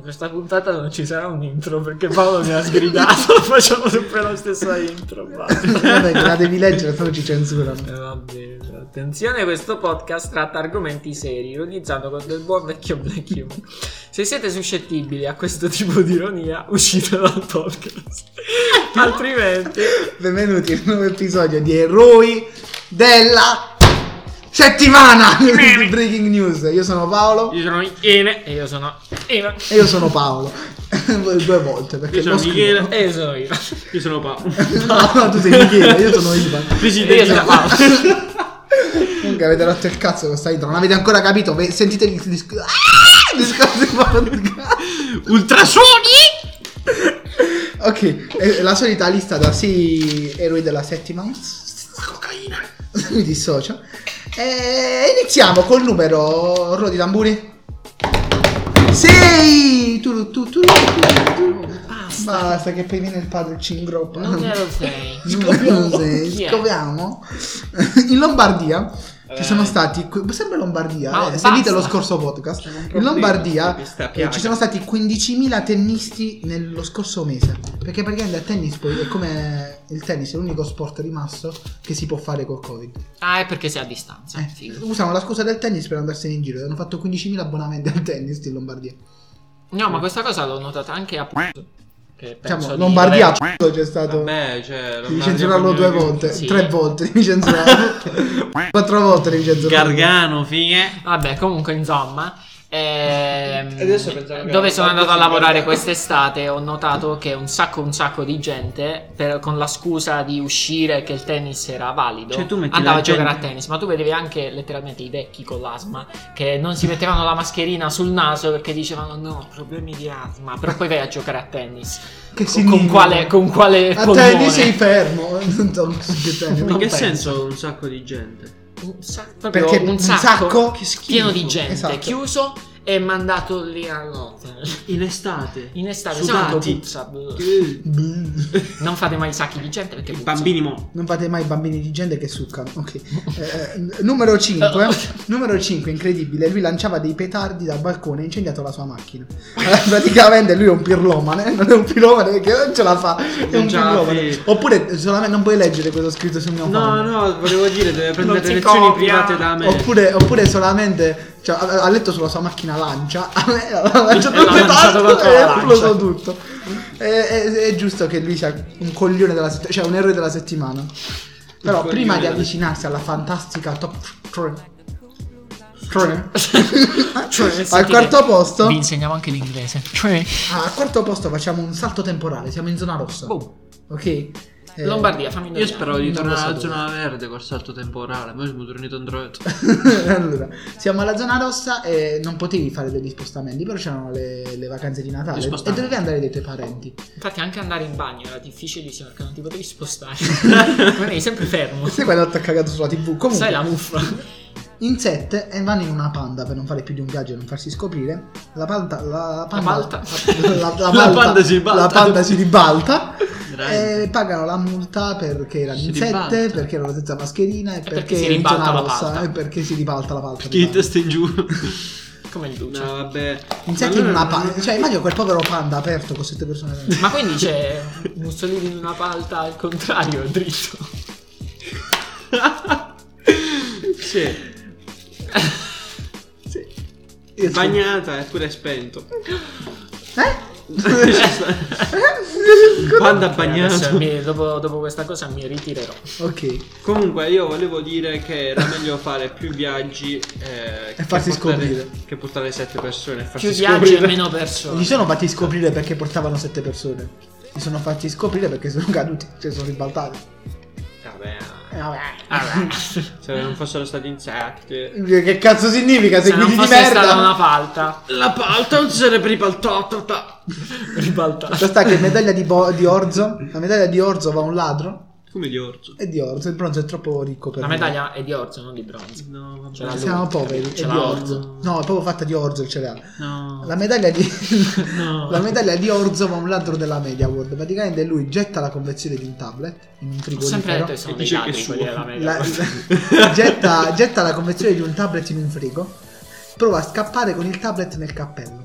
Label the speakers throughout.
Speaker 1: questa puntata non ci sarà un intro perché Paolo mi ha sgridato. Facciamo sempre la stessa intro. basta.
Speaker 2: Vabbè, te la devi leggere, se no ci censurano.
Speaker 1: Eh, va bene. Attenzione, questo podcast tratta argomenti seri, ironizzando con del buon vecchio black humor. Se siete suscettibili a questo tipo di ironia, uscite dal podcast. Altrimenti,
Speaker 2: Benvenuti a un nuovo episodio di Eroi della settimana di Breaking News. Io sono Paolo
Speaker 1: io sono Iene e io sono Ivan.
Speaker 2: e io sono Paolo. Due volte perché
Speaker 3: Io sono
Speaker 2: lo scrivo.
Speaker 3: Michele.
Speaker 1: E io sono Ivan.
Speaker 3: Io sono Paolo.
Speaker 2: No, no, tu sei Michele, io sono Ivan.
Speaker 1: Io sono Paolo.
Speaker 2: Comunque avete rotto il cazzo con sta intro, non avete ancora capito? Ve- Sentite il disco. Ah! Discorso di podcast.
Speaker 3: Ultrasuoni!
Speaker 2: Ok, eh, la solita lista da sì, eroi della settima.
Speaker 3: Cocaina.
Speaker 2: Mi dissocio. E iniziamo col numero. Rodi tamburi. 6!
Speaker 1: Basta.
Speaker 2: Basta, che poi viene il padre e ci ingroppa.
Speaker 1: Non ne lo sei.
Speaker 2: Scopriamo,
Speaker 1: Chi è?
Speaker 2: Mm. scopriamo. In Lombardia ci
Speaker 3: Vabbè.
Speaker 2: sono stati, que- sempre Lombardia,
Speaker 1: Ma
Speaker 2: eh,
Speaker 1: basta.
Speaker 2: seguite lo scorso podcast.
Speaker 3: C'è un
Speaker 2: In
Speaker 3: problema
Speaker 2: Lombardia
Speaker 3: su questa
Speaker 2: eh,
Speaker 3: piaga.
Speaker 2: ci sono stati 15.000 tennisti nello scorso mese, perché praticamente il tennis poi è come il tennis, è l'unico sport rimasto che si può fare col Covid.
Speaker 1: Ah, è perché sei a distanza.
Speaker 2: Eh,
Speaker 1: Figo.
Speaker 2: usano la scusa del tennis per andarsene in giro, hanno fatto 15.000 abbonamenti al tennis in Lombardia.
Speaker 1: No, ma questa cosa l'ho notata anche a Pozzo, che penso
Speaker 2: Diciamo,
Speaker 1: di Eh,
Speaker 2: Lombardia
Speaker 1: Reggio.
Speaker 2: c***o, c'è stato
Speaker 3: Vabbè, cioè...
Speaker 2: devi censurarlo due volte,
Speaker 1: Sì.
Speaker 2: tre volte devi censurarlo, quattro volte devi censurarlo.
Speaker 3: Gargano, fine.
Speaker 1: Vabbè, comunque, insomma. ehm,
Speaker 3: Adesso pensavo che
Speaker 1: dove
Speaker 3: era
Speaker 1: sono
Speaker 3: Lombardia
Speaker 1: andato a
Speaker 3: si
Speaker 1: lavorare
Speaker 3: guarda.
Speaker 1: quest'estate ho notato che un sacco un sacco di gente per- con la scusa di uscire che il tennis era valido
Speaker 3: Cioè, tu metti
Speaker 1: andava
Speaker 3: la
Speaker 1: a giocare a
Speaker 3: gente-
Speaker 1: tennis ma tu vedevi anche letteralmente i vecchi con l'asma che non si mettevano la mascherina sul naso perché dicevano no problemi di asma però poi vai a giocare a tennis
Speaker 2: Che
Speaker 1: Con-
Speaker 2: significa?
Speaker 1: con quale con quale
Speaker 2: A
Speaker 1: polmone?
Speaker 2: tennis sei fermo. Non so che tennis.
Speaker 3: In
Speaker 1: Non
Speaker 3: che
Speaker 1: penso.
Speaker 3: senso un sacco di gente?
Speaker 1: un sac- proprio
Speaker 2: Perché
Speaker 1: un
Speaker 2: un
Speaker 1: sacco,
Speaker 2: sacco-
Speaker 1: che
Speaker 2: Che
Speaker 1: schifo,
Speaker 3: schifo.
Speaker 1: pieno di gente
Speaker 2: Esatto.
Speaker 1: chiuso e mandato lì a notte
Speaker 3: In estate. esatto.
Speaker 1: in estate siamo
Speaker 3: Sudati.
Speaker 1: puzza bluh.
Speaker 3: Eh,
Speaker 1: non fate mai i sacchi di gente perché
Speaker 3: I
Speaker 1: puzza.
Speaker 3: bambini mo.
Speaker 2: Non fate mai bambini di gente che succano. Ok. Eh, n- numero 5. numero 5, incredibile. Lui lanciava dei petardi dal balcone e ha incendiato la sua macchina. Allora, praticamente lui è un pirlomane. Non è un pirlomane perché non ce la fa. È un
Speaker 3: Non ce la
Speaker 2: pirlomane.
Speaker 3: fa.
Speaker 2: Oppure solamente non puoi leggere quello scritto sul mio
Speaker 3: No,
Speaker 2: phone.
Speaker 3: no, volevo dire, deve prendere
Speaker 1: si
Speaker 3: lezioni
Speaker 1: copia.
Speaker 3: private da me.
Speaker 2: Oppure, oppure solamente cioè, ha ha letto sulla sua macchina lancia, ha lanciato
Speaker 1: E
Speaker 2: il
Speaker 1: l'ha lanciato
Speaker 2: petardo
Speaker 1: contro
Speaker 2: e
Speaker 1: la
Speaker 2: ha esploso
Speaker 1: lancia.
Speaker 2: tutto. È, è- è giusto che lui sia un coglione della settimana, cioè un eroe della settimana. Però
Speaker 3: coglione
Speaker 2: prima di
Speaker 3: della-
Speaker 2: avvicinarsi alla fantastica top 3
Speaker 1: Cioè, sentite,
Speaker 2: Ah, al quarto posto, Ah,
Speaker 1: vi insegniamo anche l'inglese cioè
Speaker 2: al quarto posto facciamo un salto temporale, siamo in zona rossa.
Speaker 1: boh,
Speaker 2: Ok? Eh,
Speaker 1: Lombardia fammi
Speaker 3: Io
Speaker 1: indovinare.
Speaker 3: speravo di
Speaker 2: Non lo
Speaker 3: tornare
Speaker 2: so
Speaker 3: alla
Speaker 2: dove.
Speaker 3: zona verde col salto temporale, ma io sono tornato indietro.
Speaker 2: allora, siamo alla zona rossa e non potevi fare degli spostamenti, però c'erano le, le vacanze di Natale
Speaker 3: Gli
Speaker 2: e
Speaker 3: spostamenti.
Speaker 2: dovevi andare dai tuoi parenti.
Speaker 1: infatti anche andare in bagno era difficilissimo perché non ti potevi spostare eri sempre fermo
Speaker 2: Sai quando ti ha cagato sulla tv?
Speaker 1: sai la
Speaker 2: Comunque,
Speaker 1: muffa
Speaker 2: in sette e vanno in una panda per non fare più di un viaggio e non farsi scoprire. La panda... La panda...
Speaker 1: malta.
Speaker 2: La, la
Speaker 3: La
Speaker 2: malta-
Speaker 3: panda si ribalta.
Speaker 2: La panda si ribalta.
Speaker 3: Grande.
Speaker 2: E pagano la multa perché erano
Speaker 3: Si
Speaker 2: in sette,
Speaker 3: ribalta.
Speaker 2: perché erano senza mascherina e
Speaker 1: perché
Speaker 2: perché,
Speaker 1: si
Speaker 2: è in
Speaker 1: ribalta
Speaker 2: zona
Speaker 1: la
Speaker 2: rossa
Speaker 1: palta.
Speaker 2: e perché si ribalta la palta. diciamo.
Speaker 3: Perché di testa in giù. No,
Speaker 1: come il duce
Speaker 3: vabbè.
Speaker 2: Insetti in una panda, cioè immagino quel povero panda aperto con sette persone dentro.
Speaker 1: ma quindi c'è Mussolini in una palta al contrario dritto
Speaker 3: Sì.
Speaker 2: Sì. Io sono-
Speaker 3: Bagnata e pure spento.
Speaker 2: Eh?
Speaker 3: Panda
Speaker 1: Adesso
Speaker 3: bagnato.
Speaker 1: mi- dopo, dopo questa cosa mi ritirerò
Speaker 2: ok.
Speaker 3: Comunque io volevo dire che era meglio fare più viaggi eh, che
Speaker 2: farsi
Speaker 3: portare-
Speaker 2: scoprire.
Speaker 3: Che portare sette persone e farsi
Speaker 1: più viaggi e
Speaker 3: scoprire.
Speaker 1: meno
Speaker 2: Li
Speaker 1: persone
Speaker 2: sono fatti scoprire perché portavano sette persone. Li sono fatti scoprire perché sono caduti, cioè sono ribaltati.
Speaker 3: Vabbè.
Speaker 2: Eh, vabbè.
Speaker 1: Vabbè.
Speaker 3: Se non fossero stati insetti.
Speaker 2: Che cazzo significa? Sei
Speaker 1: se non
Speaker 2: guidi Cioè, di
Speaker 1: fosse stata una
Speaker 2: merda.
Speaker 1: falta
Speaker 3: La palta non si sarebbe ribaltata.
Speaker 1: ribaltata
Speaker 2: Lo sta che medaglia di, bo- di orzo. La medaglia di orzo va a un ladro.
Speaker 3: Come di orzo.
Speaker 2: E di orzo. Il bronzo è troppo ricco per
Speaker 1: la
Speaker 2: noi.
Speaker 1: medaglia è di orzo non di bronzo
Speaker 3: No, vabbè.
Speaker 1: Ce l'ha lui.
Speaker 2: Siamo poveri.
Speaker 1: Ce
Speaker 2: è
Speaker 1: l'ha
Speaker 2: di
Speaker 1: orzo.
Speaker 2: orzo. No, è proprio fatta di orzo il cereale.
Speaker 3: No.
Speaker 2: La medaglia di.
Speaker 1: No.
Speaker 2: la medaglia di orzo va a un ladro della media world. Praticamente lui getta la conversione di un tablet in un
Speaker 1: ho sempre detto
Speaker 2: frigorifero.
Speaker 1: che sono
Speaker 3: E
Speaker 1: dei
Speaker 3: dice che è
Speaker 1: ladri
Speaker 3: suo.
Speaker 1: quelli della media
Speaker 2: La- la- getta, getta la conversione di un tablet in un frigo. Prova a scappare con il tablet nel cappello.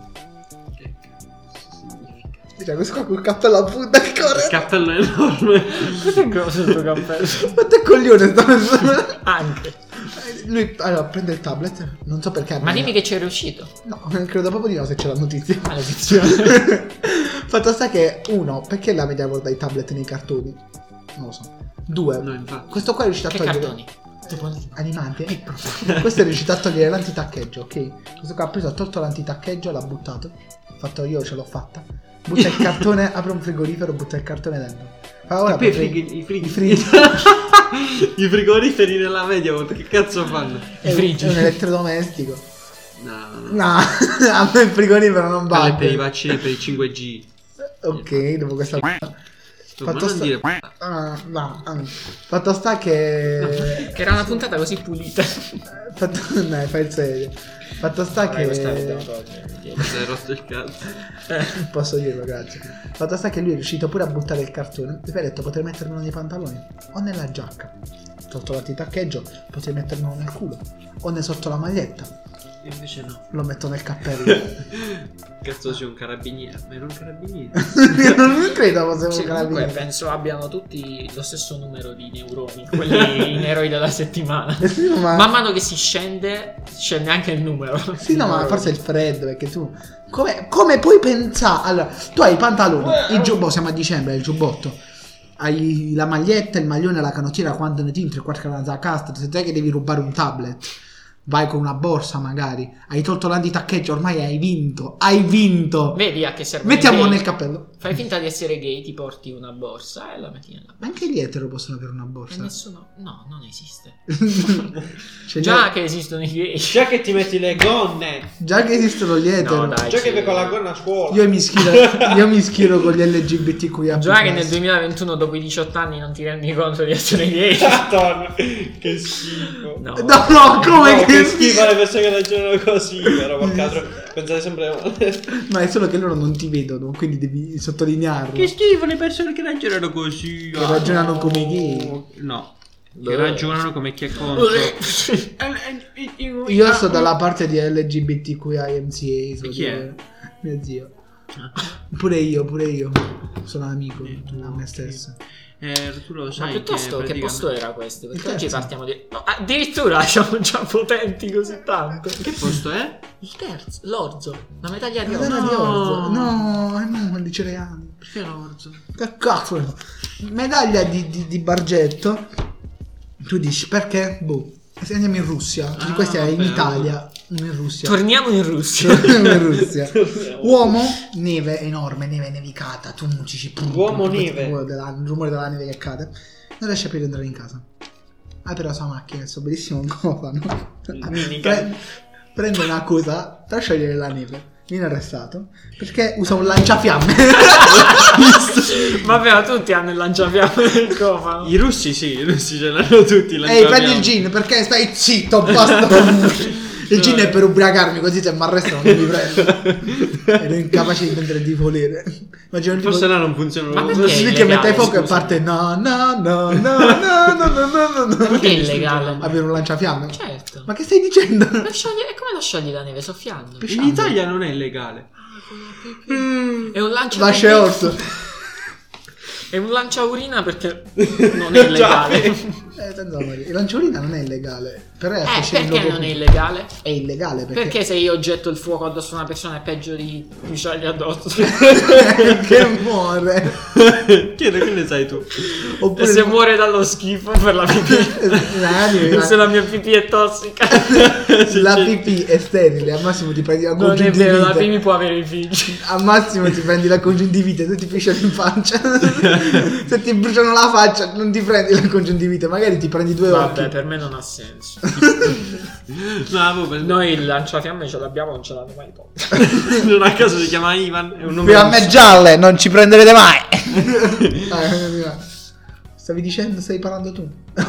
Speaker 2: Cioè, questo qua col cappello a punta che corre.
Speaker 3: Il cappello è enorme.
Speaker 1: Questo è grosso il tuo cappello.
Speaker 2: Quanto è coglione sta
Speaker 1: Anche.
Speaker 2: Lui allora prende il tablet, non so perché.
Speaker 1: Ma dimmi che c'è riuscito.
Speaker 2: No, credo proprio di no se c'è la notizia.
Speaker 1: Maledizione.
Speaker 2: Fatto sta che uno, perché la Mediaworld ha i tablet nei cartoni? Non lo so. Due,
Speaker 3: No, infatti.
Speaker 2: questo qua è riuscito a
Speaker 1: Che
Speaker 2: togliere.
Speaker 1: cartoni? Tipo-
Speaker 2: Animati?
Speaker 1: Che
Speaker 2: questo è riuscito a togliere l'antitaccheggio, ok? Questo qua ha preso, ha tolto l'antitaccheggio, l'ha buttato. Fatto io, ce l'ho fatta. Butta il cartone, apre un frigorifero, butta il cartone dentro. Ah, ora
Speaker 3: Poi i
Speaker 2: potrei-
Speaker 3: frighi- i frighi-
Speaker 2: i frighi-
Speaker 3: I frigoriferi nella media, volta, che cazzo fanno?
Speaker 1: I
Speaker 2: è, un,
Speaker 1: friggi.
Speaker 2: è un elettrodomestico.
Speaker 3: No, no, no.
Speaker 2: No, a me il frigorifero non
Speaker 3: Quello è
Speaker 2: va.
Speaker 3: per i vaccini per i 5G.
Speaker 2: Ok, dopo questa.
Speaker 3: Tu, ma
Speaker 2: Fatto
Speaker 3: non
Speaker 2: sta-
Speaker 3: dire
Speaker 2: Ah, no, ah. Fatto sta che.
Speaker 1: Che era una puntata così pulita.
Speaker 2: Fatto... No, fai il serio. Fatto sta
Speaker 1: Vabbè, questa la dobbiamo
Speaker 2: che.
Speaker 1: togliere.
Speaker 3: Sei rotto il cazzo.
Speaker 2: Posso dirlo, grazie. Fatto sta che lui è riuscito pure a buttare il cartone. E poi ha detto potrei mettermelo nei pantaloni o nella giacca. Sotto l'antitaccheggio potrei mettermelo nel culo o ne sotto la maglietta.
Speaker 3: Invece no.
Speaker 2: Lo metto nel cappello.
Speaker 3: Cazzo c'è un carabiniere. Ma era un carabiniere.
Speaker 2: non credo fosse
Speaker 1: Sì,
Speaker 2: un
Speaker 1: comunque
Speaker 2: carabiniere.
Speaker 1: penso abbiano tutti lo stesso numero di neuroni, quelli in eroi della settimana.
Speaker 2: Sì, no, ma...
Speaker 1: Man mano che si scende, scende anche il numero.
Speaker 2: Sì, no, ma
Speaker 1: Neuroni.
Speaker 2: forse è il freddo, perché tu. Come, come puoi pensare? Allora, tu hai i pantaloni, il giubbotto, siamo a dicembre, il giubbotto. Hai la maglietta, il maglione, la canottiera, quando ne tintri, qualche cosa casta. Se tu è che devi rubare un tablet, vai con una borsa magari. Hai tolto l'antitaccheggio, ormai hai vinto. Hai vinto.
Speaker 1: Vedi a che serve.
Speaker 2: Mettiamo
Speaker 1: il
Speaker 2: nel
Speaker 1: gay.
Speaker 2: cappello.
Speaker 1: Fai finta di essere gay, ti porti una borsa e la metti nella
Speaker 2: Ma anche gli etero possono avere una
Speaker 1: E
Speaker 2: borsa.
Speaker 1: nessuno. No, non esiste.
Speaker 2: Cioè,
Speaker 1: Già che esistono i gay.
Speaker 4: Già che ti metti le gonne,
Speaker 2: già che esistono gli etero.
Speaker 1: No, dai.
Speaker 4: già che
Speaker 1: sì.
Speaker 4: vai con la gonna a scuola.
Speaker 2: Io mi schiero, io mi schiero con gli LGBTQIA.
Speaker 1: Già che nel 2021, dopo i 18 anni, non ti rendi conto di essere gay.
Speaker 4: Madonna, che schifo.
Speaker 1: No.
Speaker 2: No, no, come
Speaker 4: No,
Speaker 2: che,
Speaker 4: che schifo le persone che ragionano così, però porca tro- pensate sempre
Speaker 2: No, è solo che loro non ti vedono, quindi devi sottolinearlo.
Speaker 3: Che schifo le persone che ragionano così. ah.
Speaker 2: Che ragionano come gay.
Speaker 3: No.
Speaker 1: Beh.
Speaker 3: Che ragionano come chi è contro.
Speaker 2: Io sto dalla parte di LGBTQIMCA. so
Speaker 3: E chi
Speaker 2: dire. Mio zio. Pure io, pure io. Sono amico da me stesso.
Speaker 3: Eh, tu lo sai.
Speaker 1: Ma piuttosto, che,
Speaker 3: praticamente-
Speaker 1: posto era questo?
Speaker 2: Il
Speaker 1: Perché
Speaker 2: terzo.
Speaker 1: oggi partiamo di. No, addirittura siamo già potenti così tanto.
Speaker 3: Che posto è?
Speaker 1: Il terzo, l'orzo, la medaglia di
Speaker 2: No,
Speaker 1: oro.
Speaker 2: no,
Speaker 3: no.
Speaker 2: no, eh, no, di cereali.
Speaker 3: Perché l'orzo?
Speaker 2: Che cavolo. Medaglia di, di- di Bargetto. Tu dici perché? Boh. Se andiamo in Russia. Tutti
Speaker 3: Ah,
Speaker 2: questi è in
Speaker 3: vabbè,
Speaker 2: Italia. Non in Russia.
Speaker 1: Torniamo in Russia.
Speaker 2: in Russia.
Speaker 4: io.
Speaker 2: Uomo, neve enorme, neve nevicata, tu non ci ci
Speaker 4: Uomo
Speaker 2: pum, pum,
Speaker 4: neve.
Speaker 2: il rumore della- il rumore della neve che cade. Non riesce più ad entrare in casa. Apre la sua macchina, il suo bellissimo cofano.
Speaker 4: Minigun.
Speaker 2: Pre- prende una cosa per sciogliere la neve. Viene arrestato perché usa un lanciafiamme.
Speaker 1: Vabbè, ma tutti hanno il lanciafiamme nel cofano.
Speaker 3: I russi sì, i russi ce l'hanno tutti.
Speaker 2: Ehi, prendi il gin perché stai zitto, basta. Il gin è per ubriacarmi, così se mi arrestano non mi prendo. Ero incapace di prendere di volere. Immagino il tipo-
Speaker 3: Forse là non funzionano.
Speaker 1: Ma
Speaker 2: Non
Speaker 1: perché?
Speaker 2: si
Speaker 1: è
Speaker 2: vede che
Speaker 1: illegale,
Speaker 2: mette fuoco e
Speaker 1: scusa.
Speaker 2: parte no no no no no no no no no no
Speaker 1: Perché è illegale?
Speaker 2: avere un lanciafiamme
Speaker 1: Certo.
Speaker 2: ma che stai dicendo
Speaker 1: Per sciogliere- e come lo sciogli la neve? Soffiando.
Speaker 3: In Italia non è legale.
Speaker 1: Mm, È un lancio
Speaker 2: lascia orso
Speaker 1: È un lanciaurina perché non è illegale. eh,
Speaker 2: Eh, senza morire. il lanciolina non è illegale però è associato al
Speaker 1: perché
Speaker 2: logo-
Speaker 1: non è illegale?
Speaker 2: è illegale perché
Speaker 1: Perché se io getto il fuoco addosso a una persona è peggio di mi sciogli addosso?
Speaker 2: che muore
Speaker 3: Chiedo che ne sai tu.
Speaker 1: e
Speaker 2: oppure
Speaker 1: se muore dallo schifo per la pipì?
Speaker 2: Rani,
Speaker 3: Esatto.
Speaker 1: se
Speaker 2: la,
Speaker 1: la mia pipì è tossica?
Speaker 2: la pipì è sterile al massimo ti prendi la
Speaker 1: non è
Speaker 2: congiuntivite
Speaker 1: vero, la pipì può avere i figli.
Speaker 2: al massimo ti prendi la congiuntivite se ti pisciano in faccia se ti bruciano la faccia non ti prendi la congiuntivite magari ti prendi
Speaker 3: Esatto.
Speaker 2: due
Speaker 1: Vabbè,
Speaker 2: occhi
Speaker 1: per me non ha senso.
Speaker 3: No, vabbè,
Speaker 1: Noi il lanciafiamme ce l'abbiamo, non ce l'hanno mai tolto.
Speaker 3: non a caso si chiama Ivan. È un nome.
Speaker 2: Fiamme gialle, non ci prenderete mai. Stavi dicendo, stai parlando tu.
Speaker 3: Ho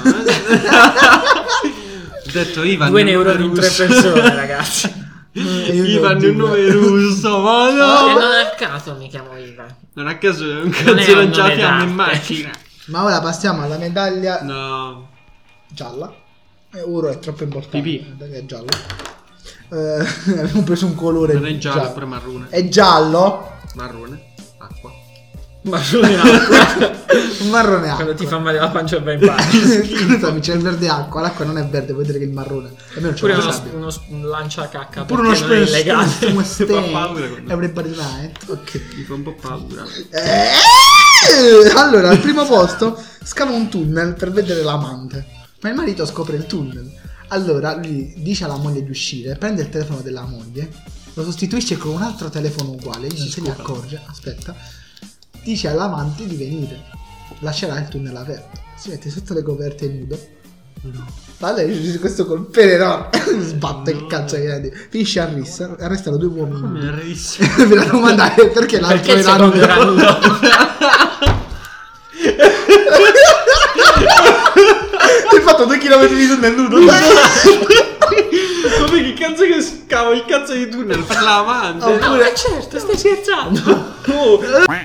Speaker 3: detto Ivan.
Speaker 1: Due
Speaker 3: è un nome
Speaker 1: neuroni in tre
Speaker 3: russo.
Speaker 1: persone, ragazzi.
Speaker 3: Ivan è un nome russo, ma
Speaker 1: E
Speaker 3: no!
Speaker 1: non è caso mi chiamo Ivan.
Speaker 3: Non a caso è un
Speaker 1: Non è
Speaker 3: cazzo
Speaker 1: un
Speaker 3: lanciafiamme in
Speaker 1: nome d'arte.
Speaker 3: macchina.
Speaker 2: Ma ora passiamo alla medaglia
Speaker 3: No.
Speaker 2: gialla. Eh, oro è troppo importante.
Speaker 3: Pipì.
Speaker 2: La medaglia è gialla. Eh, abbiamo preso un colore.
Speaker 3: Non è giallo, è pure marrone.
Speaker 2: È giallo?
Speaker 3: Marrone. Acqua.
Speaker 1: Marrone
Speaker 3: Esatto.
Speaker 1: acqua.
Speaker 2: Un marrone
Speaker 1: Quando
Speaker 2: acqua.
Speaker 1: ti fa male la pancia va in pane.
Speaker 2: Scusami, c'è il verde acqua, l'acqua non è verde, vuol dire che il marrone. Almeno c'è
Speaker 3: Cioè,
Speaker 1: Oppure
Speaker 2: la
Speaker 1: uno,
Speaker 2: sabbia.
Speaker 1: uno sp- un lanciacacca.
Speaker 2: Pure uno
Speaker 1: perché non è
Speaker 2: spray
Speaker 1: illegale.
Speaker 2: su Mustang.
Speaker 3: Fa paura quando-
Speaker 2: È un ripartimento. eh. Ok.
Speaker 3: Mi fa un po' paura.
Speaker 2: Eh, Allora, al primo posto scava un tunnel per vedere l'amante, ma il marito scopre il tunnel. Allora lui dice alla moglie di uscire, prende il telefono della moglie, lo sostituisce con un altro telefono uguale, lui non se ne accorge, aspetta, dice all'amante di venire, lascerà il tunnel aperto, si mette sotto le coperte nudo. Ma lei questo col pene no, sbatte il calcio ai piedi, finisce a rissa, arrestano due uomini.
Speaker 3: Mi
Speaker 2: nudi.
Speaker 3: arrischio.
Speaker 2: Ve la domandare perché l'altro
Speaker 1: Perché il
Speaker 2: era
Speaker 1: secondo
Speaker 2: nudo?
Speaker 1: era nudo?
Speaker 2: Hai fatto due chilometri di tunnel nudo.
Speaker 3: Come che cazzo che scavo il cazzo di tunnel per l'amante?
Speaker 2: Oh,
Speaker 1: No, ma certo, stai scherzando.
Speaker 3: Oh,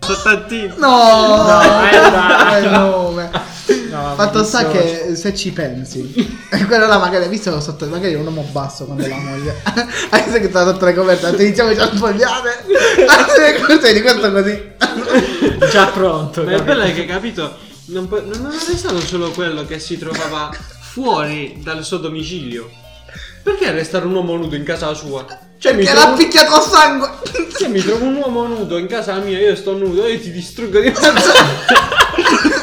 Speaker 3: sottantino.
Speaker 2: No,
Speaker 1: bella.
Speaker 2: Eh, no, beh.
Speaker 1: No,
Speaker 2: Fatto
Speaker 1: mi
Speaker 2: sta
Speaker 1: dissocio.
Speaker 2: che se ci pensi, quello là magari hai visto sotto, magari è un uomo basso quando è la moglie. Hai visto che sta sotto le coperte, ti diciamo già sfogliate. Le cose di questo così.
Speaker 1: Già pronto.
Speaker 3: Ma è
Speaker 1: capito?
Speaker 3: bello che hai capito. Non, po- non è stato solo quello che si trovava fuori dal suo domicilio. Perché arrestare un uomo nudo in casa sua? Cioè, mi
Speaker 2: Che
Speaker 3: trovo,
Speaker 2: l'ha picchiato a sangue.
Speaker 3: cioè, mi trovo un uomo nudo in casa mia, io sto nudo e ti distruggo di mezzo.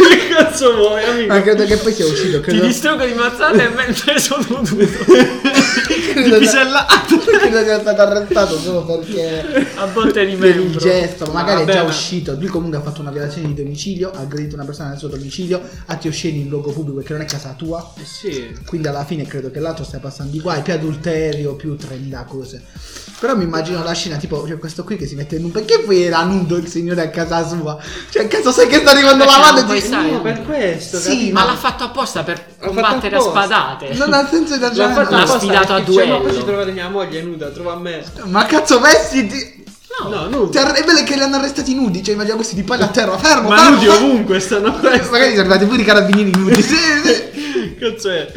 Speaker 3: che cazzo vuoi, amico?
Speaker 2: Ma credo che poi sia uscito,
Speaker 1: Ti
Speaker 2: credo.
Speaker 1: distruggo di mazzate mentre sono nudo.
Speaker 2: credo-
Speaker 3: Pisellato.
Speaker 2: Credo sia stato arrestato solo perché
Speaker 1: A botte di
Speaker 2: per il
Speaker 1: membro. Ah,
Speaker 2: gesto, ma magari
Speaker 3: Vabbè,
Speaker 2: è già
Speaker 3: ma-
Speaker 2: uscito. Lui comunque ha fatto una violazione di domicilio, ha aggredito una persona nel suo domicilio, atti osceni in luogo pubblico che non è casa tua.
Speaker 3: Eh sì.
Speaker 2: Quindi alla fine credo che l'altro stia passando di guai, più adulterio, più 3000 cose. Però mi immagino la scena, tipo, c'è questo qui che si mette in un... Perché poi era nudo il signore a casa sua? Cioè, cazzo, sai che sta arrivando
Speaker 1: Perché
Speaker 2: la
Speaker 1: Cioè, non
Speaker 2: mano
Speaker 1: puoi stare
Speaker 3: No, per questo.
Speaker 2: Sì,
Speaker 3: capito?
Speaker 1: Ma l'ha fatto apposta per
Speaker 3: fatto
Speaker 1: combattere a
Speaker 3: apposta.
Speaker 1: spadate.
Speaker 2: Non ha senso di
Speaker 3: L'ha fatto
Speaker 1: L'ha
Speaker 2: ragionare.
Speaker 3: apposta
Speaker 1: sfidato a
Speaker 3: perché diceva,
Speaker 1: duello.
Speaker 3: Ma poi si trova mia moglie nuda, trova me.
Speaker 2: Ma cazzo, vestiti...
Speaker 1: No.
Speaker 3: No, Cioè, nudo.
Speaker 2: Ti arre- È bello che li hanno arrestati nudi, cioè immagina questi di palla a terra, fermo,
Speaker 3: Ma
Speaker 2: fermo,
Speaker 3: nudi
Speaker 2: fermo.
Speaker 3: ovunque stanno questi.
Speaker 2: Magari sono arrivati pure i carabinieri nudi. Sì, sì.
Speaker 3: Cazzo è?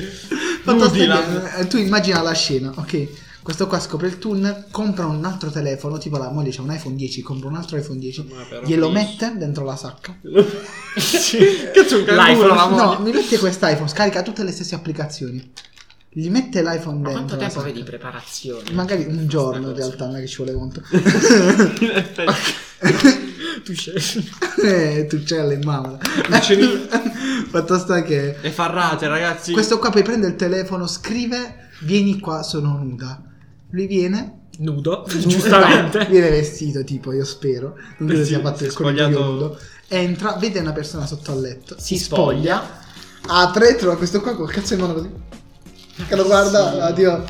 Speaker 2: Fatto
Speaker 3: Nudi
Speaker 2: sta
Speaker 3: la-
Speaker 2: che, eh, tu immagina la scena, ok? Questo qua scopre il tunnel, compra un altro telefono, tipo la moglie c'ha un iPhone 10, compra un altro iPhone 10,
Speaker 3: Ma però Cioè,
Speaker 2: glielo
Speaker 3: please.
Speaker 2: mette dentro la sacca.
Speaker 3: Cazzo, un canguro.
Speaker 1: L'iPhone, la moglie.
Speaker 2: No, mi mette quest'iPhone, scarica tutte le stesse applicazioni. Gli mette l'iPhone
Speaker 1: Ma
Speaker 2: dentro.
Speaker 1: quanto
Speaker 2: la
Speaker 1: tempo
Speaker 2: sacca.
Speaker 1: vedi preparazione?
Speaker 2: Magari un giorno in realtà, non è che ci vuole conto.
Speaker 3: In effetti.
Speaker 1: tu scegli.
Speaker 2: eh, tu c'è in mamma.
Speaker 3: Uccellino.
Speaker 2: Fatto sta che...
Speaker 3: E farrate, ragazzi.
Speaker 2: Questo qua poi prende il telefono, scrive, vieni qua, sono nuda. Lui viene,
Speaker 1: Nudo,
Speaker 2: Giusto, no,
Speaker 1: giustamente.
Speaker 2: viene vestito tipo io spero non credo
Speaker 3: Sì,
Speaker 2: sia fatto
Speaker 3: si è
Speaker 2: il spogliato
Speaker 3: spogliato.
Speaker 2: nudo entra vede una persona sotto al letto
Speaker 1: Si spoglia.
Speaker 2: apre trova questo qua col cazzo in mano così che lo guarda addio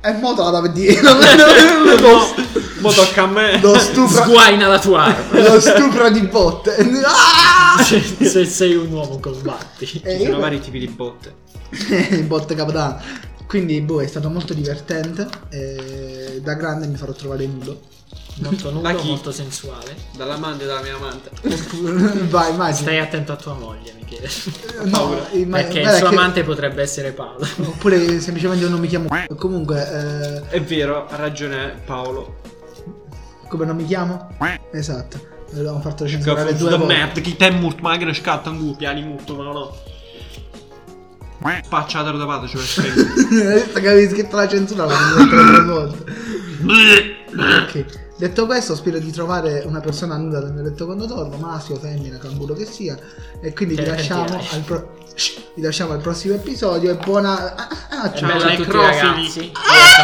Speaker 2: è moto alla vedere non
Speaker 3: No, mo tocca a me.
Speaker 2: lo stupra
Speaker 1: Sguaina la tua arma.
Speaker 2: lo stupra di botte Ah!
Speaker 1: se, se sei un uomo combatti.
Speaker 2: e
Speaker 3: Ci sono
Speaker 2: io
Speaker 3: vari tipi di botte.
Speaker 2: il botte capitano quindi boh è stato molto divertente e da grande mi farò trovare nudo
Speaker 1: Molto
Speaker 3: Ma
Speaker 1: nudo,
Speaker 3: chi?
Speaker 1: molto sensuale.
Speaker 3: Dall'amante e dalla mia amante.
Speaker 2: vai immagina
Speaker 1: Stai attento a tua moglie, Michele.
Speaker 2: no, imma-
Speaker 1: Perché il
Speaker 2: guarda
Speaker 1: suo
Speaker 2: che-
Speaker 1: amante potrebbe essere Paolo.
Speaker 2: Oppure semplicemente io non mi chiamo. Comunque,
Speaker 3: È vero, ha ragione Paolo.
Speaker 2: eh, come non mi chiamo? Esatto. Dobbiamo fatto censurare due
Speaker 3: Da
Speaker 2: volte.
Speaker 3: merda, chi te murt, ma che scatta un gu, piani murto, ma no. Spacciatelo da parte, cioè.
Speaker 2: Adesso che avevi scritto la censura la devi mettere due volte. Ok. Detto questo, spero di trovare una persona nuda nel mio letto quando torno, maschio, femmina, canguro che sia. E quindi
Speaker 1: Che
Speaker 2: vi lasciamo,
Speaker 1: effetti hai.
Speaker 2: al pro- Shh, vi lasciamo al prossimo episodio e buona... ah, ah, ah,
Speaker 1: È
Speaker 2: ciao. Ah!
Speaker 1: bello a tutti
Speaker 3: necrofili.
Speaker 1: ragazzi.